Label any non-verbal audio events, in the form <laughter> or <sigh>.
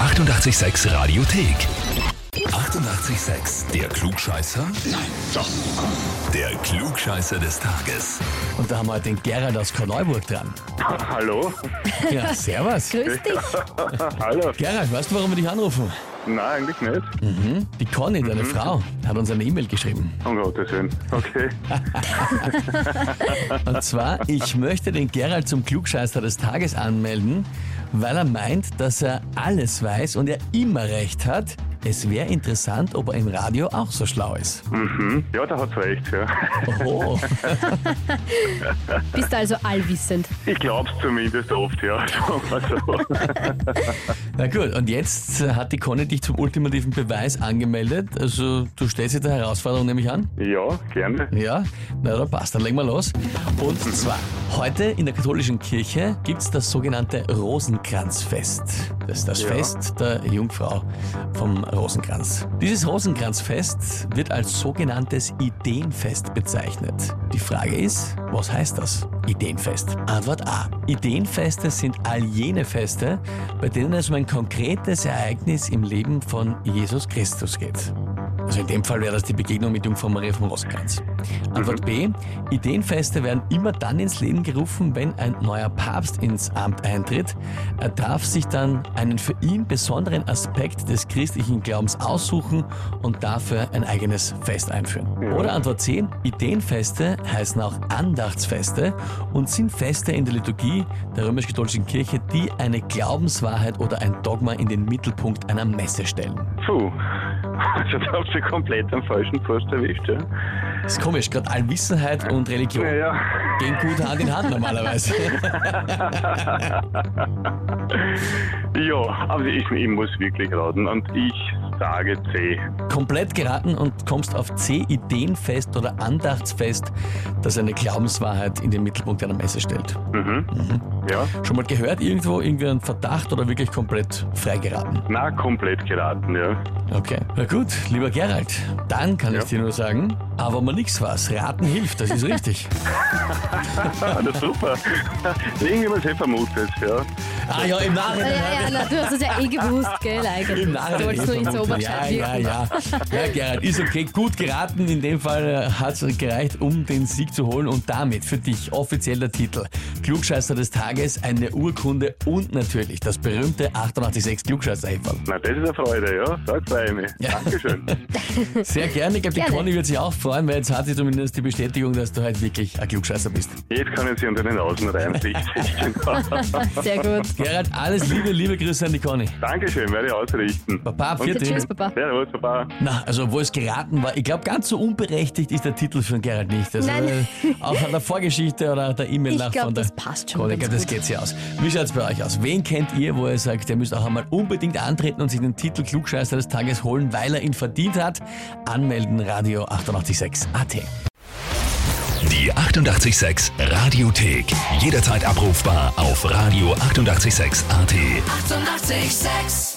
886 Radiothek. 88,6. Der Klugscheißer? Nein, doch. Der Klugscheißer des Tages. Und da haben wir heute den Gerald aus Korneuburg dran. Hallo? Ja, servus. Grüß dich. Hallo? Gerald, weißt du, warum wir dich anrufen? Nein, eigentlich nicht. Die Conny, deine Frau, hat uns eine E-Mail geschrieben. Um Gottes Willen. Okay. Und zwar, ich möchte den Gerald zum Klugscheißer des Tages anmelden, weil er meint, dass er alles weiß und er immer recht hat. Es wäre interessant, ob er im Radio auch so schlau ist. Mhm. Ja, da hat's recht, ja. Oh, Bist also allwissend. Ich glaub's zumindest oft, ja. Sagen wir so. na gut, und jetzt hat die Conny dich zum ultimativen Beweis angemeldet. Also, du stellst dir der Herausforderung nämlich an. Ja, gerne. <laughs> Ja, na dann passt, dann legen wir los. Und zwar, heute in der katholischen Kirche gibt's das sogenannte Rosenkranzfest. Das ist das Ja. Fest der Jungfrau vom Rosenkranz. Dieses Rosenkranzfest wird als sogenanntes Ideenfest bezeichnet. Die Frage ist, was heißt das? Ideenfest. Antwort A. Ideenfeste sind all jene Feste, bei denen es um ein konkretes Ereignis im Leben von Jesus Christus geht. Also in dem Fall wäre das die Begegnung mit Jungfrau Maria von Rosenkranz. Antwort B. Ideenfeste werden immer dann ins Leben gerufen, wenn ein neuer Papst ins Amt eintritt. Er darf sich dann einen für ihn besonderen Aspekt des christlichen Glaubens aussuchen und dafür ein eigenes Fest einführen. Ja. Oder Antwort C. Ideenfeste heißen auch Andachtsfeste und sind Feste in der Liturgie der römisch-katholischen Kirche, die eine Glaubenswahrheit oder ein Dogma in den Mittelpunkt einer Messe stellen. Puh. Also da habt ihr komplett am falschen Post erwischt, ja. ist komisch, gerade Allwissenheit und Religion Naja. gehen gut Hand in Hand normalerweise. Ja, aber ich, ich muss wirklich raten und ich sage C. Komplett geraten und kommst auf C, Ideenfest oder Andachtsfest, das eine Glaubenswahrheit in den Mittelpunkt einer Messe stellt. Mhm. Ja. Schon mal gehört irgendwo irgendwie ein Verdacht oder wirklich komplett frei geraten? Na, komplett geraten, ja. Okay. Na gut, lieber Gerald, dann kann Ja. ich dir nur sagen, aber mal nix was. Raten hilft, das ist richtig. Ah, das ist super. Irgendjemand hätte vermutet, ja. ah ja, im Ja, Nachhinein. ja, ja, na, du hast es ja eh gewusst, gell, eigentlich. Im du Nachhinein. wolltest nur nicht so vermuten. ja, oberscheit ja, wirken. ja. Ja, Gerhard, ist okay. Gut geraten. In dem Fall hat es gereicht, um den Sieg zu holen. Und damit für dich offiziell der Titel. Klugscheißer des Tages, eine Urkunde und natürlich das berühmte 886 klugscheißer -Häferl. Na, das ist eine Freude, ja. Da freue ich mich. Ja. Dankeschön. Sehr gerne. Ich glaube, die Gerne. Conny wird sich auch freuen, weil jetzt hat sie zumindest die Bestätigung, dass du halt wirklich ein Klugscheißer bist. Jetzt können Sie unter den Außen <laughs> rein. Richtig, genau. Sehr gut. Gerhard, alles Liebe, liebe Grüße an die Conny. Dankeschön, werde ich ausrichten. Papa, vierte. Tschüss, Papa. Sehr gut, Papa. Na, also obwohl es geraten war, ich glaube, ganz so unberechtigt ist der Titel für den Gerald nicht. Also, Nein. äh, Auch an der Vorgeschichte oder der E-Mail nach Ich glaube, von der... das passt schon. Kollege, ganz das gut. geht sich aus. Wie schaut's bei euch aus? Wen kennt ihr, wo ihr sagt, ihr müsst auch einmal unbedingt antreten und sich den Titel Klugscheißer des Tages holen, weil er ihn verdient hat? Anmelden, Radio 886 AT. Die 88,6 Radiothek. Jederzeit abrufbar auf radio886.at. 88,6. Eighty-eight, sex.